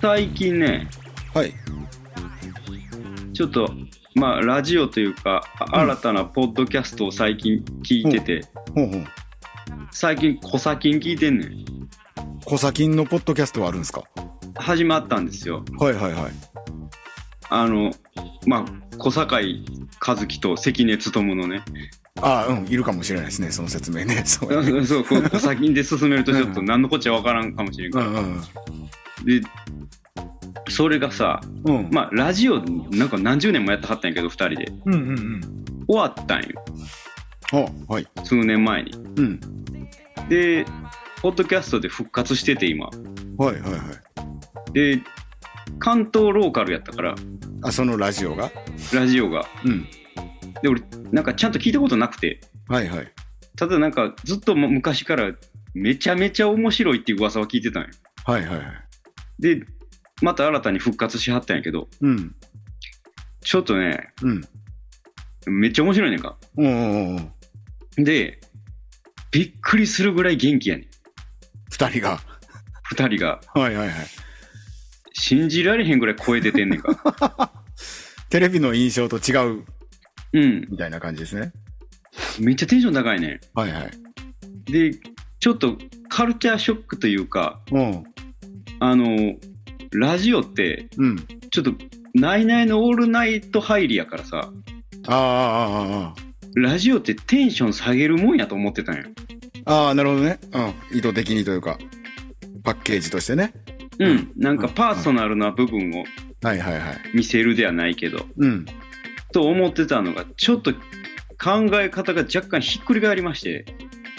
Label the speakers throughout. Speaker 1: 最近ね、
Speaker 2: はい。
Speaker 1: ちょっと、まあ、ラジオというか、あ新たなポッドキャストを最近聞いてて、
Speaker 2: ほうほう。
Speaker 1: 最近、コサキン聞いてんねん。
Speaker 2: コサキンのポッドキャストはあるんですか
Speaker 1: 始まったんですよ。
Speaker 2: はいはいはい。
Speaker 1: あの、まあ、小坂井和樹と関根勤のね、
Speaker 2: ああ、うん、いるかもしれないですね、その説明ね。 そうやね
Speaker 1: そう、こう小サキンで進めるとちょっと何のこっちゃわからんかもしれん
Speaker 2: う
Speaker 1: から。
Speaker 2: んうん
Speaker 1: で、それがさ、
Speaker 2: うん。うん。
Speaker 1: まあ、ラジオ、なんか何十年もやってはったんやけど、二人で。
Speaker 2: うんうんうん。
Speaker 1: 終わったんよ、
Speaker 2: あ、はい。
Speaker 1: 数年前に。
Speaker 2: うん。
Speaker 1: で、ポッドキャストで復活してて、今。
Speaker 2: はいはいはい。
Speaker 1: で、関東ローカルやったから、
Speaker 2: あ、そのラジオが
Speaker 1: ラジオが。
Speaker 2: うん。
Speaker 1: で、俺、なんかちゃんと聞いたことなくて、
Speaker 2: はいはい。
Speaker 1: ただなんかずっとも昔からめちゃめちゃ面白いっていう噂は聞いてたんよ。
Speaker 2: はいはいはい。
Speaker 1: で、また新たに復活しはったんやけど、
Speaker 2: うん。
Speaker 1: ちょっとね、
Speaker 2: うん。
Speaker 1: めっちゃ面白いねんか。
Speaker 2: うんうんうん。
Speaker 1: で、びっくりするぐらい元気やねん。
Speaker 2: 二人が。
Speaker 1: 二人が。
Speaker 2: はいはいはい。
Speaker 1: 信じられへんぐらい声出てんねんか。
Speaker 2: テレビの印象と違う
Speaker 1: うん。
Speaker 2: みたいな感じですね。
Speaker 1: めっちゃテンション高いね
Speaker 2: はいはい。
Speaker 1: ん。で、ちょっとカルチャーショックというか、
Speaker 2: うん。
Speaker 1: あの、ラジオって、
Speaker 2: うん。
Speaker 1: ちょっと、ナイナイのオールナイト入りやからさ、
Speaker 2: ああ、ああ、あ
Speaker 1: ラジオってテンション下げるもんやと思ってたんや。
Speaker 2: あ。ああ、なるほどね。うん。意図的にというか、パッケージとしてね。
Speaker 1: うん、なんかパーソナルな部分を
Speaker 2: はいはいはい。
Speaker 1: 見せるではないけど、
Speaker 2: うん。
Speaker 1: と思ってたのが、ちょっと考え方が若干ひっくり返りま して、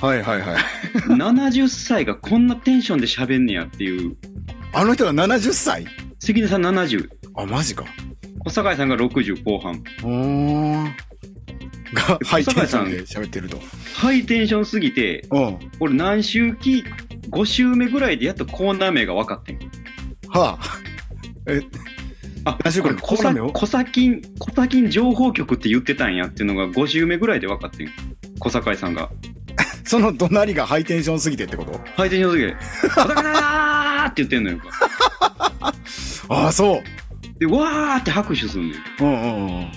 Speaker 2: はいはいはい。
Speaker 1: 70歳がこんなテンションで喋んねやっていう、
Speaker 2: あの人が70歳
Speaker 1: 関根さん70、
Speaker 2: あ、マジか。
Speaker 1: 小坂井さんが60後半、
Speaker 2: おー。が、ハイテンションで喋ってると。
Speaker 1: ハイテンションすぎて、
Speaker 2: うん。
Speaker 1: 俺何周期、5周目ぐらいでやっとコーナー名が分かってん。
Speaker 2: はあ。
Speaker 1: あ、
Speaker 2: 何周
Speaker 1: こ
Speaker 2: か
Speaker 1: れ
Speaker 2: のコーナー名を
Speaker 1: 小さきん小さきん情報局って言ってたんやっていうのが5周目ぐらいで分かってん。小坂井さんが。
Speaker 2: その怒鳴りがハイテンションすぎてってこと
Speaker 1: ハイテンションすぎて、小坂だーって言ってんのよ。
Speaker 2: ああ、そう。
Speaker 1: で、わーって拍手するのよ。
Speaker 2: うんうん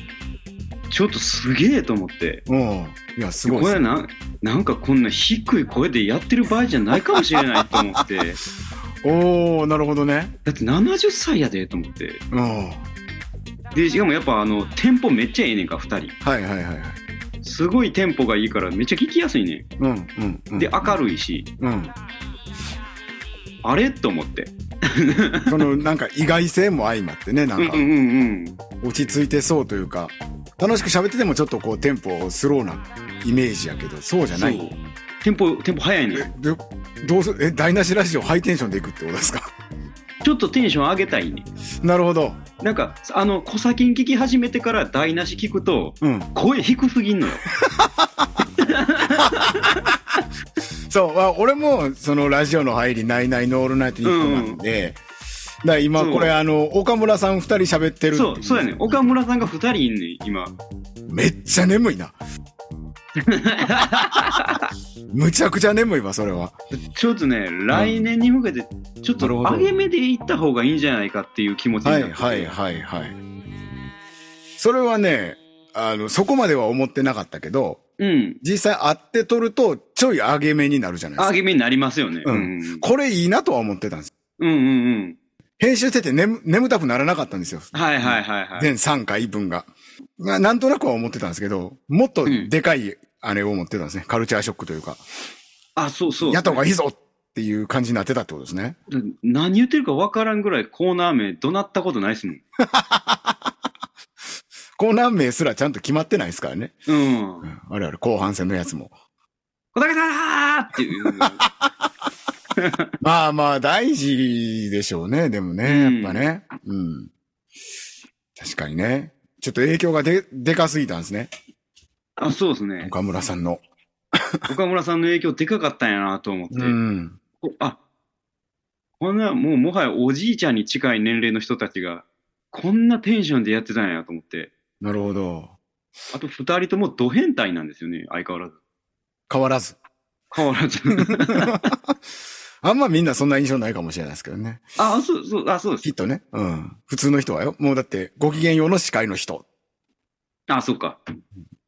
Speaker 1: ちょっとすげえと思って。
Speaker 2: うん。うん。いや、すごい
Speaker 1: こ
Speaker 2: っ
Speaker 1: れ
Speaker 2: す。
Speaker 1: な、なんかこんな低い声でやってる場合じゃないかもしれないと思って。だ
Speaker 2: おー、なるほどね。
Speaker 1: って70歳やでと思って。
Speaker 2: うん。はい
Speaker 1: で、しかもやっぱあの、テンポめっちゃええねんか、二人。
Speaker 2: はいはいはい。
Speaker 1: すごいテンポがいいからめっちゃ聞きやすいね。
Speaker 2: うんうんうんん。
Speaker 1: で、明るいし、
Speaker 2: うん。
Speaker 1: あれと思って。
Speaker 2: その、なんか意外性も相まってね、な
Speaker 1: うん
Speaker 2: ん
Speaker 1: う
Speaker 2: か
Speaker 1: んうんうん。
Speaker 2: 落ち着いてそうというか、楽しく喋っててもちょっとこうテンポスローなイメージやけど、そうじゃない
Speaker 1: そう。テンポ、テンポ早いねん。
Speaker 2: えどどうすえ台無しラジオハイテンションでいくってことですか
Speaker 1: ちょっとテンション上げたいねん。
Speaker 2: なるほど
Speaker 1: なんか、あの、小先聞き始めてから台無し聞くと、
Speaker 2: うん
Speaker 1: 声低すぎんのよ。
Speaker 2: そうあ俺もそのラジオの入り「ナイナイのオールナイトニッポン」なんで、だから今
Speaker 1: そう
Speaker 2: これあの岡村さん2人喋ってるってい
Speaker 1: そう、そうやねん。岡村さんが2人いんねん、今。
Speaker 2: めっちゃ眠 いなむちゃくちゃ眠いわそれは
Speaker 1: ちょっとね、来年に向けて、ちょっと
Speaker 2: なるほど
Speaker 1: 上げ目でいった方がいいんじゃないかっていう気持ちにな
Speaker 2: は
Speaker 1: っ
Speaker 2: い
Speaker 1: て。
Speaker 2: はいはいはいそれはねあのそこまでは思ってなかったけど
Speaker 1: うん。
Speaker 2: 実際会って撮るとちょい上げ目になるじゃないです
Speaker 1: 上
Speaker 2: か
Speaker 1: げ目になりますよね。う
Speaker 2: うんん。これいいなとは思ってたんです
Speaker 1: うんうんうん。
Speaker 2: 編集してて眠眠たくならなかったんですよ。
Speaker 1: はいはいはいはい。
Speaker 2: 全3回分が。まあ、なんとなくは思ってたんですけど、もっとでかいあれを持ってたんですね。カルチャーショックというか、
Speaker 1: あ、そうそう。
Speaker 2: やった方がいいぞっていう感じになってたってことですね。
Speaker 1: 何言ってるか分からんぐらいコーナー名怒鳴ったことないっすもん。
Speaker 2: コーナー名すらちゃんと決まってないですからね。
Speaker 1: うん
Speaker 2: う。んあれあれ、後半戦のやつも。
Speaker 1: 小竹さんーっていう。
Speaker 2: まあまあ、大事でしょうね。でも
Speaker 1: うん
Speaker 2: ね、やっぱね。うん。確かにね。ちょっと影響がで、でかすぎたんですね。
Speaker 1: あ、そうですね。
Speaker 2: 岡村さんの。
Speaker 1: 岡村さんの影響でかかったんやなと思って。
Speaker 2: うん。
Speaker 1: こあこんな、もうもはやおじいちゃんに近い年齢の人たちが、こんなテンションでやってたんやと思って。
Speaker 2: なるほど。
Speaker 1: あと二人ともド変態なんですよね、相変わらず。
Speaker 2: 変わらず。
Speaker 1: 変わらず。
Speaker 2: あんまみんなそんな印象ないかもしれないですけどね。
Speaker 1: あ、そう、そう、あ、そうで
Speaker 2: きっ
Speaker 1: す。
Speaker 2: とね。うん。普通の人はよ。もうだって、ご機嫌用の司会の人
Speaker 1: あ、そうか。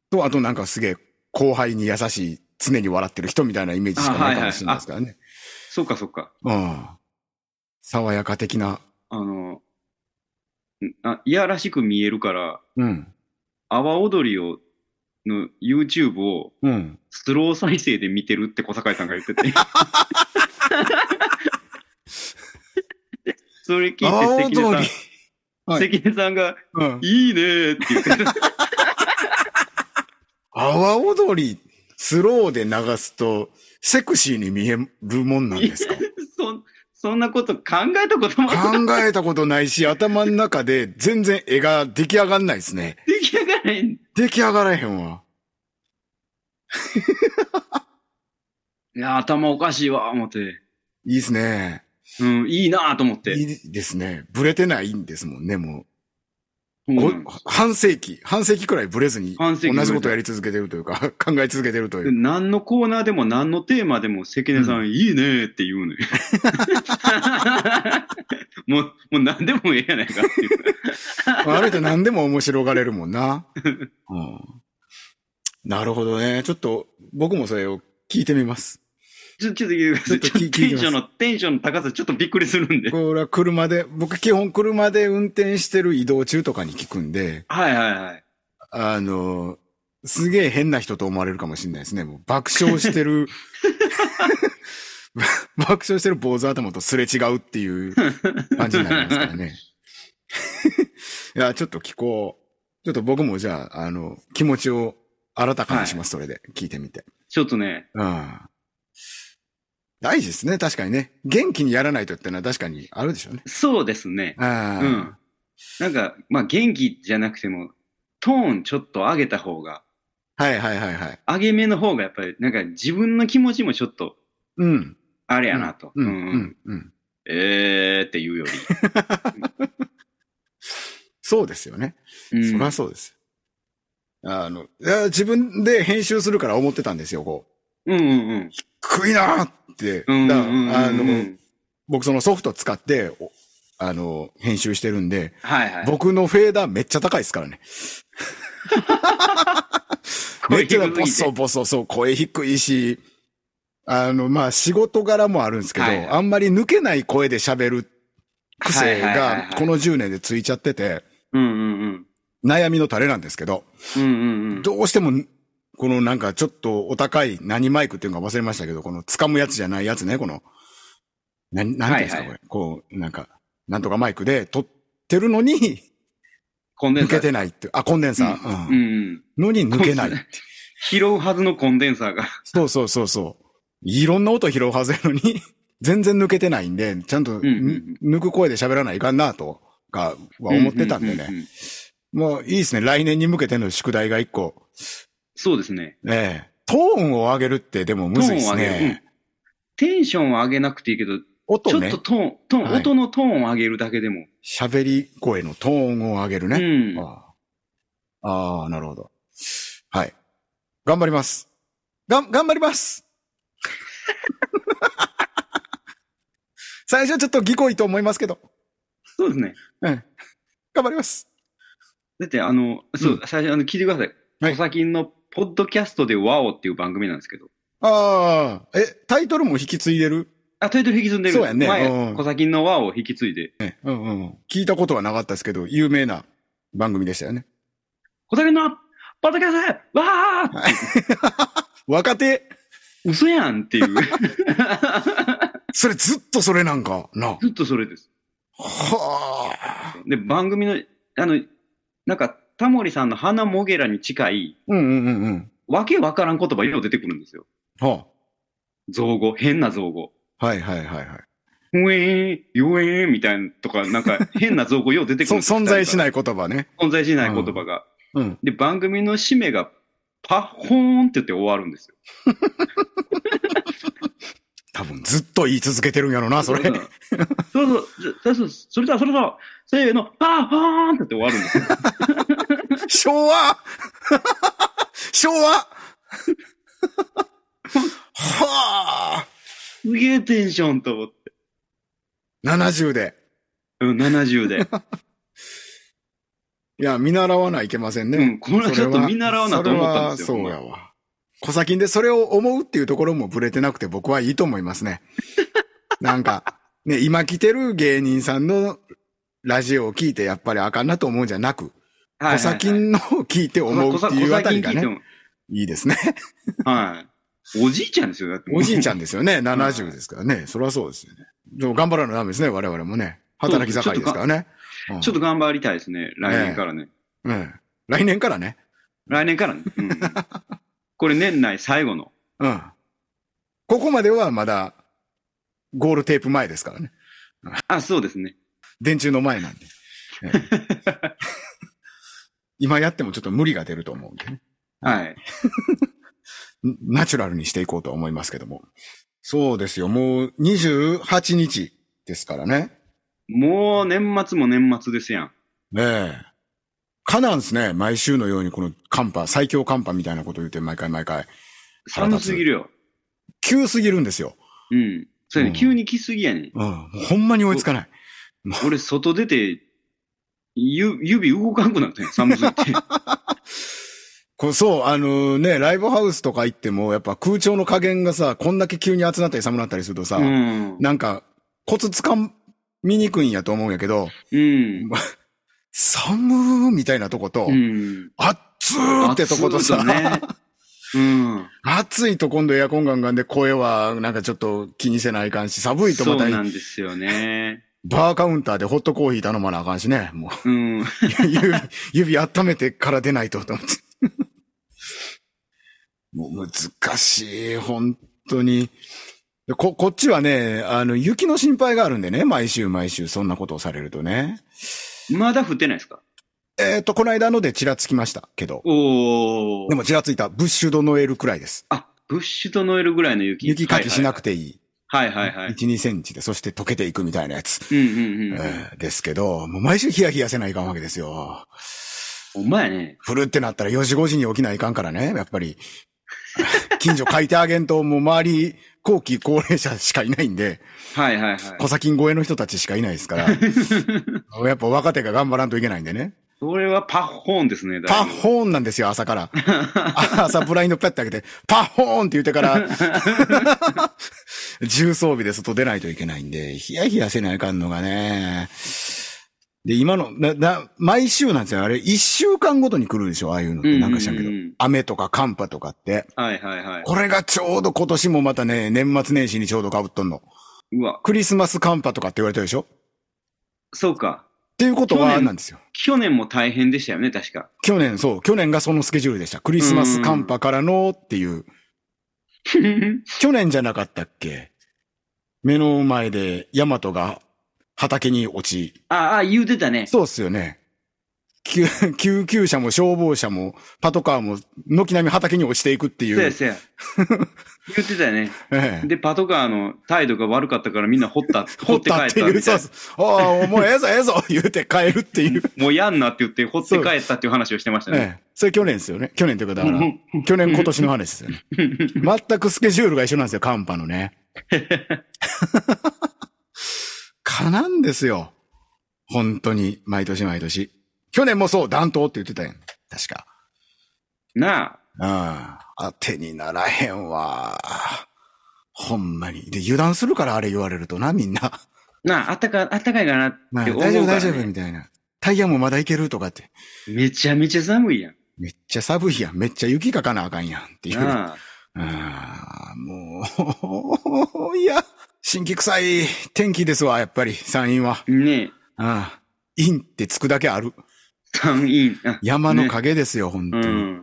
Speaker 2: と、あとなんかすげえ、後輩に優しい、常に笑ってる人みたいなイメージしかないかもしれないですからね。
Speaker 1: そうか、そうか。
Speaker 2: うん。爽やか的な。
Speaker 1: あの、んあいやらしく見えるから、
Speaker 2: うん。
Speaker 1: 阿波踊りを、の YouTube を
Speaker 2: うん。
Speaker 1: スロー再生で見てるって小坂井さんが言ってて。 それ聞いて関根さん、
Speaker 2: 阿波踊りはい
Speaker 1: 関根さんが、
Speaker 2: うん。
Speaker 1: いいねーって言ってた。
Speaker 2: 阿波踊り、スローで流すと、セクシーに見えるもんなんですか
Speaker 1: そそんなこと考えたことも
Speaker 2: 考えたことないし、頭の中で全然絵が出来上がんないですね。
Speaker 1: 出来上がらへん。
Speaker 2: 出来上がらへんわ。
Speaker 1: いや、頭おかしいわ、思って。
Speaker 2: いいですね。
Speaker 1: うん、いいなぁと思って。
Speaker 2: いいですね。ブレてないんですもんね、も
Speaker 1: う
Speaker 2: う。こ
Speaker 1: ん
Speaker 2: 半世紀、半世紀くらいブレずに、
Speaker 1: 半世紀ブレて
Speaker 2: 同じことやり続けてるというか、 考え続けてるという。
Speaker 1: 何のコーナーでも何のテーマでも関根さん、いいねーって言うの よ。 もう、もう何でもええやないかっていう。
Speaker 2: ある人何でも面白がれるも んな。うん、なるほどね。ちょっと、僕もそれを聞いてみます。
Speaker 1: ちょちょっと言う
Speaker 2: ちょっと聞い
Speaker 1: テ
Speaker 2: 聞いて
Speaker 1: ン
Speaker 2: ます
Speaker 1: ションの、テンションの高さちょっとびっくりするんで。
Speaker 2: これは車で、僕基本車で運転してる移動中とかに聞くんで、
Speaker 1: はいはいはい。
Speaker 2: あの、すげえ変な人と思われるかもしれないですね。もう爆笑し てる、 爆笑してる坊主頭とすれ違うっていう感じになりますか らね。いや、ちょっと聞こう。ちょっと僕もじゃあ、あの、気持ちを新たかにします、それで。聞いてみて。
Speaker 1: ちょっとね、
Speaker 2: うん。大事ですね、確かにね。元気にやらないとってのは確かにあるでしょうね。
Speaker 1: そうですね。
Speaker 2: あ
Speaker 1: う
Speaker 2: ー
Speaker 1: ん。なんか、まあ元気じゃなくても、トーンちょっと上げた方が、
Speaker 2: はいはいはいはい。
Speaker 1: 上げ目の方がやっぱり、なんか自分の気持ちもちょっと、
Speaker 2: うん。
Speaker 1: あれやなと。
Speaker 2: うん。う
Speaker 1: うんうん
Speaker 2: ん。うん。
Speaker 1: えーって言うよ
Speaker 2: そうですよね。
Speaker 1: り。うん
Speaker 2: そりゃそうです。あの、いや自分で編集するから思ってたんですよ、こ
Speaker 1: う
Speaker 2: う。
Speaker 1: んうんうん。
Speaker 2: 食いなーって。
Speaker 1: うん
Speaker 2: だか
Speaker 1: うんうんうん
Speaker 2: らあの、僕そのソフト使って、おあの、編集してるんで、
Speaker 1: はいはい。
Speaker 2: 僕のフェーダーめっちゃ高いですからね。めっちゃボソボソ、そう、声低いし、あの、まあ、仕事柄もあるんですけど、
Speaker 1: はいはい
Speaker 2: あんまり抜けない声で喋る癖
Speaker 1: はいはいはい
Speaker 2: が
Speaker 1: は、い
Speaker 2: この10年でついちゃってて、
Speaker 1: うんうんうん。
Speaker 2: 悩みの種なんですけど、
Speaker 1: うんうんうん。
Speaker 2: どうしても、このなんかちょっとお高い何マイクっていうのか忘れましたけど、この掴むやつじゃないやつね、この、な、なんていうんですか、
Speaker 1: はいは
Speaker 2: これ。こう、なんか、なんとかマイクで撮ってるのに、
Speaker 1: コンデン
Speaker 2: 抜
Speaker 1: サ
Speaker 2: け
Speaker 1: ー。
Speaker 2: てないっていう、あ、コンデンサー。
Speaker 1: うん
Speaker 2: うん
Speaker 1: うん。
Speaker 2: のに抜けない。
Speaker 1: 拾うはずのコンデンサーが。
Speaker 2: そうそうそうそう。いろんな音拾うはずやのに、全然抜けてないんで、ちゃんと、
Speaker 1: んうん
Speaker 2: 抜く声で喋らないかんなと、か、は思ってたんで
Speaker 1: ううう
Speaker 2: ね。
Speaker 1: うん。
Speaker 2: もういいですね。来年に向けての宿題が一個。
Speaker 1: そうですね。
Speaker 2: ええ。トーンを上げるってでもむずいです
Speaker 1: トーンを上げる
Speaker 2: ね。
Speaker 1: テンションは上げなくていいけど、ち
Speaker 2: 音
Speaker 1: ょっ
Speaker 2: ね
Speaker 1: と。トーン、トーン、
Speaker 2: はい
Speaker 1: 音のトーンを上げるだけでも。
Speaker 2: 喋り声のトーンを上げる
Speaker 1: う
Speaker 2: ね。
Speaker 1: ん。
Speaker 2: ああああ、なるほど。はい。頑張ります。がん、頑張ります。最初はちょっとぎこいと思いますけど、
Speaker 1: そうですね。
Speaker 2: 頑張ります。
Speaker 1: だって、あの、そう、
Speaker 2: うん
Speaker 1: 最初、あの、聞いてください。
Speaker 2: はい
Speaker 1: 小崎のポッドキャストでワオっていう番組なんですけど。
Speaker 2: ああ、え、タイトルも引き継いでる
Speaker 1: あ、タイトル引き継いでる
Speaker 2: そうやねう
Speaker 1: 前、
Speaker 2: ん
Speaker 1: 小崎のワオを引き継いで。
Speaker 2: うんうん。聞いたことはなかったですけど、有名な番組でしたよね。
Speaker 1: 小崎のポッドキャストでワー
Speaker 2: 若手
Speaker 1: 嘘やんっていう。
Speaker 2: それずっとそれなんか、な。
Speaker 1: ずっとそれです。
Speaker 2: はあ。
Speaker 1: で、番組の、あの、なんか、タモリさんの花もげらに近い、
Speaker 2: うんうんうんうん。
Speaker 1: わけわからん言葉よう出てくるんですよ。
Speaker 2: は
Speaker 1: 造語、変な造語。
Speaker 2: あ。はいはいはいはい。
Speaker 1: うえー、よえーみたいなとか、なん か変な造語よう出てく
Speaker 2: そ
Speaker 1: るんですよ。
Speaker 2: 存在しないい言葉ね。
Speaker 1: 存在しない言葉が。
Speaker 2: うん。
Speaker 1: で、番組の締めが、パッホーンって言って終わるんですよ。
Speaker 2: 多分ずっと言い続けてるんやろな、それ。
Speaker 1: そうそう。そうそう。それでは、それでは、せーの、パッホーンって言って終わるんで すよ。
Speaker 2: 昭和 昭和はあ
Speaker 1: すげげえテンションと思って。
Speaker 2: 70で。
Speaker 1: うん、70で。
Speaker 2: いや、見習わないいけませんね。
Speaker 1: うん、これはちょっと見習わなと思ったんですよ。
Speaker 2: それはそうやわ。小先でそれを思うっていうところもブレてなくて僕はいいと思いま すね。なんか、ね、今来てる芸人さんのラジオを聞いてやっぱりあかんなと思うんじゃなく、小先のを聞いて思うっていうあたりがね、
Speaker 1: ね。
Speaker 2: いい ですね。
Speaker 1: はい。おじいちゃんですよ、だって。
Speaker 2: おじいちゃ
Speaker 1: ん。
Speaker 2: んですよね。70ですからね。それはそうですよね。でも頑張らなダメですね、我々もね。働き盛りですからね。うん
Speaker 1: ちょっと頑張りたいですね、来年からね。
Speaker 2: うん。来年からね。
Speaker 1: 来年からね。うん、これ年内最後の。
Speaker 2: うん。ここまではまだ、ゴールテープ前ですからね。
Speaker 1: あ、そうですね。
Speaker 2: 電柱の前なんで。ええ 今やってもちょっと無理が出ると思うんでね。
Speaker 1: はい。
Speaker 2: んナチュラルにしていこうとは思いますけども。そうですよ。もう28日ですからね。
Speaker 1: もう年末も年末ですやん。
Speaker 2: ねえ。かなんすね。毎週のようにこの寒波、最強寒波みたいなこと言って毎回毎回。腹
Speaker 1: 寒
Speaker 2: 立つ
Speaker 1: すぎるよ。
Speaker 2: 急すぎるんですよ。
Speaker 1: うん。そうやね、
Speaker 2: うん
Speaker 1: 急に来すぎやねん。
Speaker 2: うん。もうほんまに追いつかない。
Speaker 1: 俺、外出て、ゆ指動かんくなったんや、寒すぎ て。
Speaker 2: こうそう、あのね、ライブハウスとか行っても、やっぱ空調の加減がさ、こんだけ急に暑なったり寒なったりするとさ、
Speaker 1: うん。
Speaker 2: なんか、コツつかみにくいんやと思うんやけど、
Speaker 1: うん。
Speaker 2: 寒ーみたいなとこと、
Speaker 1: うん。
Speaker 2: 暑ーってとことさ、
Speaker 1: 暑いね。うん。
Speaker 2: 暑いと今度エアコンガンガンで声はなんかちょっと気にせないかんし、 寒いと
Speaker 1: そ
Speaker 2: ま
Speaker 1: う
Speaker 2: た
Speaker 1: なんですよね。
Speaker 2: バーカウンターでホットコーヒー頼まなあかんしね、もう。
Speaker 1: うん。
Speaker 2: 指、指温めてから出ないと、と思って。 もう難しい、本当に。でこ、こっちはね、あの、雪の心配があるんでね、毎週毎週そんなことをされるとね。
Speaker 1: まだ降ってないですか
Speaker 2: えっ、と、この間のでちらつきましたけど。
Speaker 1: おお。
Speaker 2: でもちらついた、ブッシュドノエルくらいです。
Speaker 1: あ、ブッシュとノエルぐらいの雪。
Speaker 2: 雪かきしなく
Speaker 1: て。
Speaker 2: ていい。
Speaker 1: はいはいはい。
Speaker 2: 1、2センチで、そして溶けていくみたいなやつ。
Speaker 1: うんうんうん。
Speaker 2: えーですけど、もう毎週ヒヤヒヤせないかんわけですよ。
Speaker 1: お前ね。
Speaker 2: 降るってなったら4時5時に起きないかんからね、やっぱり。近所書いてあげんと、もう周り、後期高齢者しかいないんで、
Speaker 1: はいはいはい。
Speaker 2: 小先越えの人たちしかいないですから、やっぱ若手が頑張らんといけないんでね。
Speaker 1: それはパッホーンですね。だ
Speaker 2: パ
Speaker 1: い
Speaker 2: ッホーンなんですよ、朝から。あ朝ブラインドペッて開けて、パッホーンって言ってから、重装備で外出ないといけないんで、ヒヤヒヤせないかんのがね。で、今の、な、な、毎週なんですよ。あれ、一週間ごとに来るでしょ、ああいうの
Speaker 1: ぶ
Speaker 2: って。なんか知らんけど
Speaker 1: う。う
Speaker 2: 雨とか寒波とかって。
Speaker 1: うんはいはいはい。
Speaker 2: これがちょうど今年もまたね、年末年始にちょうど被っとんの。
Speaker 1: うわ、
Speaker 2: クリスマス寒波とかって言われたでしょっ
Speaker 1: そうか。
Speaker 2: ていうこと
Speaker 1: 去
Speaker 2: は、
Speaker 1: 年
Speaker 2: なんですよ。
Speaker 1: 去年も大変でしたよね、確か。
Speaker 2: 去年、そう、去年がそのスケジュールでした。クリスマス寒波からのっていう、去年じゃなかったっけ目の前でヤマトが畑に落ち。
Speaker 1: ああ、言うてたね。
Speaker 2: そうっすよね。救救急車も消防車もパトカーも軒並み畑に落ちていくってい
Speaker 1: そうや
Speaker 2: う。
Speaker 1: そうや。 言ってたよね。
Speaker 2: ええ
Speaker 1: で、パトカーの態度が悪かったからみんな掘った、掘
Speaker 2: 掘っ
Speaker 1: って帰
Speaker 2: た
Speaker 1: った
Speaker 2: っ
Speaker 1: み
Speaker 2: て
Speaker 1: たい
Speaker 2: いう、そうそう。ああ、もうええぞええぞ言うて帰るっていう。
Speaker 1: もうやんなって言って掘って帰ったっていう話をしてましたね。
Speaker 2: ええ。それ去年ですよね。去年というか、だ から
Speaker 1: う、ん
Speaker 2: 去年今年の話ですよね。全くスケジュールが一緒なんですよ、寒波 のね。かなんですよ。本当に、毎年毎年。去年もそう、暖冬って言ってたやん。確か。
Speaker 1: なあ。
Speaker 2: うん。当てにならへんわ。ほんまに。で、油断するからあれ言われるとな、みんな。
Speaker 1: なあ、あったか、あったかいかなって
Speaker 2: まあ
Speaker 1: 思うか
Speaker 2: 大丈夫、大
Speaker 1: ら、
Speaker 2: 丈夫、み
Speaker 1: ね。
Speaker 2: たいな。タイヤもまだいけるとかって。
Speaker 1: めちゃめちゃ寒いやん。
Speaker 2: めっちゃ寒いやん。めっちゃ雪かかなあかんやん。っていう。
Speaker 1: なあ。
Speaker 2: ああ、もう、いや、新規臭い天気ですわ、やっぱり、山陰は。
Speaker 1: ね
Speaker 2: ああ、陰ってつくだけある。
Speaker 1: え、山陰。あ
Speaker 2: 山の陰ですよ、本当
Speaker 1: う
Speaker 2: に。
Speaker 1: ん。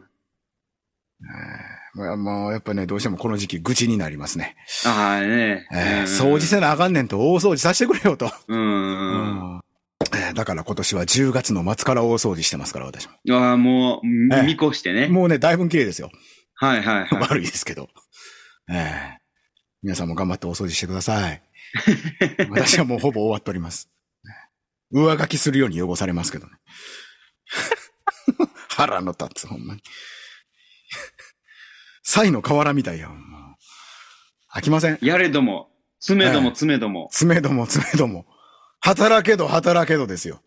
Speaker 2: もうもうやっぱね、どうしてもこの時期愚痴になりますね。
Speaker 1: ああね
Speaker 2: えー掃除せなあかんねんと、大掃除させてくれよと。
Speaker 1: うんうん。
Speaker 2: えーだから今年は10月の末から大掃除してますから、私も。
Speaker 1: うん。ああ、もう、み
Speaker 2: ええ
Speaker 1: 見越してね。
Speaker 2: もうね、だいぶ綺麗ですよ。
Speaker 1: はいはいは
Speaker 2: 悪いですけど。ええ皆さんも頑張ってお掃除してください。私はもうほぼ終わっております。上書きするように汚されますけどね。 腹の立つ、ほんまに。サイの河原みたいや、もう飽きません。
Speaker 1: い。やれども、詰めども詰めども。
Speaker 2: 爪ども爪ども。働けど働けどですよ。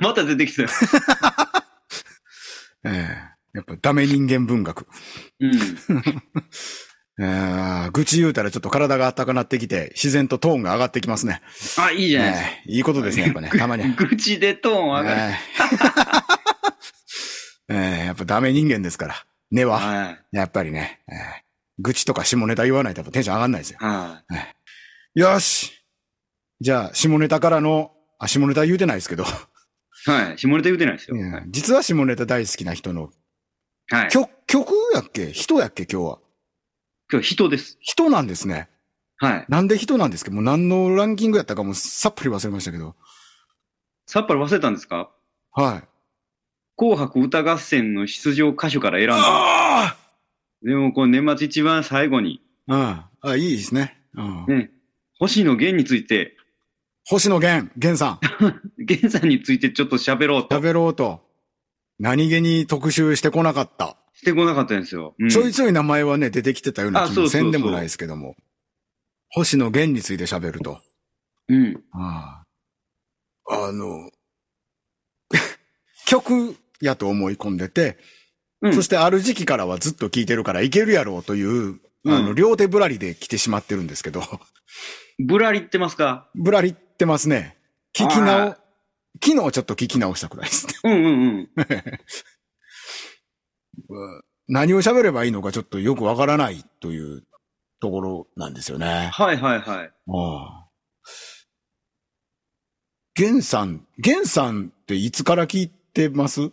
Speaker 1: また出てきたよ。
Speaker 2: ええやっぱダメ人間文学。
Speaker 1: うん。
Speaker 2: ええ愚痴言うたらちょっと体が温かなってきて、自然とトーンが上がってきますね。
Speaker 1: あ、いいじゃないですか。
Speaker 2: ええいいことですね、やっぱね。たまに。
Speaker 1: 愚痴でトーン上がる。
Speaker 2: ええええやっぱダメ人間ですから。根は。
Speaker 1: はい。
Speaker 2: やっぱりね、えー愚痴とか下ネタ言わないとやっぱテンション上がんないですよ。
Speaker 1: は
Speaker 2: よしじゃあ、下ネタからの、あ、下ネタ言うてないですけど、
Speaker 1: い。はい。下ネタ言うてないですよ。
Speaker 2: う
Speaker 1: は
Speaker 2: ん
Speaker 1: い。
Speaker 2: 実は下ネタ大好きな人の、
Speaker 1: はい
Speaker 2: 曲、曲やっけ人やっけ今日は。
Speaker 1: 今日人です。
Speaker 2: 人なんですね。
Speaker 1: はい。
Speaker 2: なんで人なんですけど、もう何のランキングやったかもさっぱり忘れましたけど。
Speaker 1: さっぱり忘れたんですか
Speaker 2: はい。
Speaker 1: 紅白歌合戦の出場歌手から選んだ。
Speaker 2: あ
Speaker 1: でも、こう年末一番最後に、
Speaker 2: あうん。あ、いいですね。うん。
Speaker 1: ね、星野源について、
Speaker 2: 星野源、源さん、
Speaker 1: 源さんについてちょっと喋ろうと
Speaker 2: 喋ろうと、何気に特集してこなかった。
Speaker 1: してこなかったんですよ。うん
Speaker 2: ちょいちょい名前はね、出てきてたような
Speaker 1: あ
Speaker 2: 気
Speaker 1: そうそ
Speaker 2: も
Speaker 1: う
Speaker 2: せ
Speaker 1: そうん
Speaker 2: でもないですけども。星野源について喋ると。
Speaker 1: うん。
Speaker 2: あの、 曲やと思い込んでて、
Speaker 1: うん
Speaker 2: そしてある時期からはずっと聴いてるからいけるやろうという、あ
Speaker 1: う
Speaker 2: の、
Speaker 1: ん
Speaker 2: 両手ぶらりで来てしまってるんですけど、
Speaker 1: ぶらりってますか
Speaker 2: ぶらりってますね。聞き
Speaker 1: は
Speaker 2: 直
Speaker 1: い、
Speaker 2: 昨日ちょっと聞き直したくらいですね。
Speaker 1: うんうんうん。
Speaker 2: 何を喋ればいいのかちょっとよくわからないというところなんですよね。
Speaker 1: はいはいはい。
Speaker 2: ああ。源さん、源さんっていつから聞いてます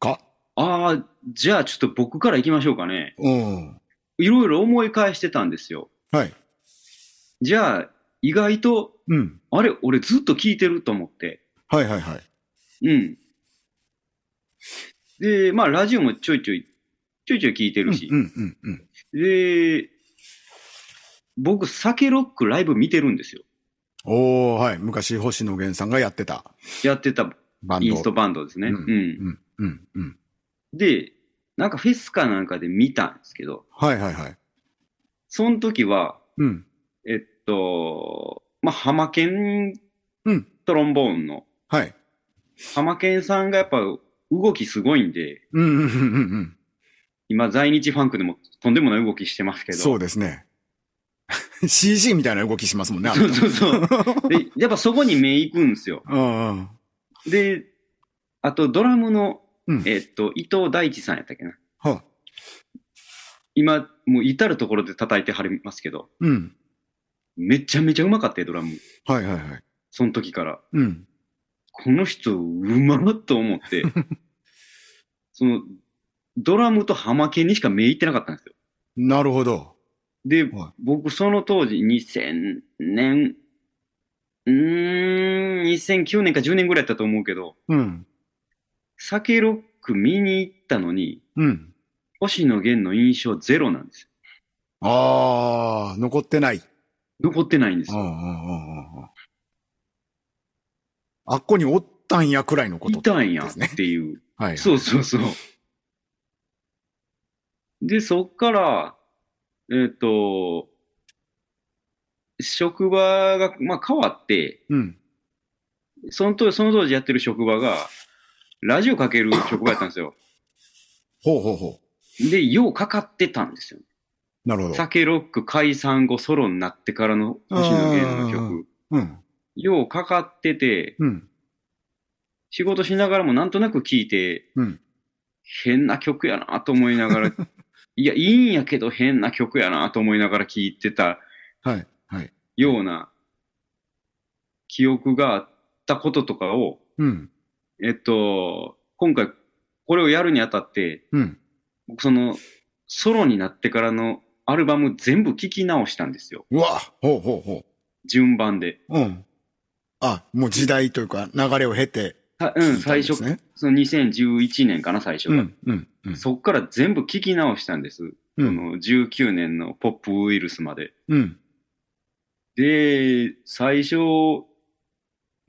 Speaker 2: か
Speaker 1: ああ、じゃあちょっと僕から行きましょうかね。
Speaker 2: うん。
Speaker 1: いろいろ思い返してたんですよ。
Speaker 2: はい。
Speaker 1: じゃあ、意外と、
Speaker 2: うん。
Speaker 1: あれ、俺ずっと聞いてると思って。
Speaker 2: はいはいはい。
Speaker 1: うん。で、まあ、ラジオもちょいちょい、ちょいちょい聞いて
Speaker 2: うん
Speaker 1: るし
Speaker 2: う。んうんうん。
Speaker 1: で、僕、酒ロックライブ見てるんですよ。
Speaker 2: おー、はい。昔、星野源さんがやってた
Speaker 1: やってた
Speaker 2: バンド。
Speaker 1: インストバンドですね。
Speaker 2: う
Speaker 1: うんん。
Speaker 2: うんうんうん。
Speaker 1: で、なんかフェスかなんかで見たんですけど、
Speaker 2: はいはいはい。
Speaker 1: その時は、
Speaker 2: うん。
Speaker 1: えっと、まあ、ハマケン
Speaker 2: うん
Speaker 1: トロンボーンの、
Speaker 2: はい。
Speaker 1: ハマケンさんがやっぱ動きすごいんで、
Speaker 2: うんうんうんうん
Speaker 1: 今、在日ファンクでもとんでもない動きしてます
Speaker 2: う
Speaker 1: け
Speaker 2: ん。
Speaker 1: ど。
Speaker 2: そうですね。CG みたいな動きしますもんね。あれ
Speaker 1: そうそうそう。で、やっぱそこに目いくんですよ。
Speaker 2: うんうん。
Speaker 1: で、あとドラムの、
Speaker 2: うん
Speaker 1: えっと、伊藤大地さんやったっけな。
Speaker 2: は
Speaker 1: 今、もう至るところで叩いてはりますけど、
Speaker 2: うん。
Speaker 1: めちゃめちゃうまかったよ、ドラム。
Speaker 2: はいはいはい。
Speaker 1: その時から。
Speaker 2: うん。
Speaker 1: この人、うまっと思 って、その、ドラムとハマケンにしか目いってなかったんですよ。
Speaker 2: なるほど。
Speaker 1: で、
Speaker 2: はい
Speaker 1: 僕、その当時、2000年、うーん、2009年か10年ぐらいだったと思うけど、
Speaker 2: うん。
Speaker 1: 酒ロック見に行ったのに、
Speaker 2: うん。
Speaker 1: 星野源の印象ゼロなんですよ。
Speaker 2: あー、残ってない。
Speaker 1: 残ってないんです
Speaker 2: うんう
Speaker 1: よ。
Speaker 2: んうんうんうんあっこにおったんやくらいのこと
Speaker 1: いたんや
Speaker 2: ですね
Speaker 1: っ。ていう。
Speaker 2: はい。
Speaker 1: そうそうそう。で、そっから、えっ、と、職場が、まあ、変わって、
Speaker 2: うん。
Speaker 1: その当その当時やってる職場が、ラジオかける職場やったんです よ。
Speaker 2: ほうほうほ
Speaker 1: で、ようかかってたんですよ。
Speaker 2: う。なるほど。
Speaker 1: 酒ロック解散後ソロになってからの星野源の
Speaker 2: あー
Speaker 1: 曲。
Speaker 2: うん。
Speaker 1: ようかかってて、
Speaker 2: うん。
Speaker 1: 仕事しながらもなんとなく聴いて、
Speaker 2: うん
Speaker 1: 変な曲やなと思いなが ら、いや、いいんやけど変な曲やなと思いながら聴いてた
Speaker 2: はい。はい。
Speaker 1: ような記憶があったこととかを、
Speaker 2: うん。
Speaker 1: えっと、今回これをやるにあたって、
Speaker 2: うん。
Speaker 1: 僕そのソロになってからのアルバム全部聴き直したんですよ。
Speaker 2: うわほうほうほ
Speaker 1: 順番で。
Speaker 2: う。うん。あ、もう時代というか流れを経て
Speaker 1: さう
Speaker 2: 聞いたん
Speaker 1: ん、
Speaker 2: ですね。
Speaker 1: 最初、その2011年かな、最初
Speaker 2: う
Speaker 1: が。
Speaker 2: ん。うん。うん。
Speaker 1: そっから全部聞き直したんです。
Speaker 2: う
Speaker 1: そ
Speaker 2: ん。
Speaker 1: の19年のポップウイルスまで。
Speaker 2: うん。
Speaker 1: で、最初、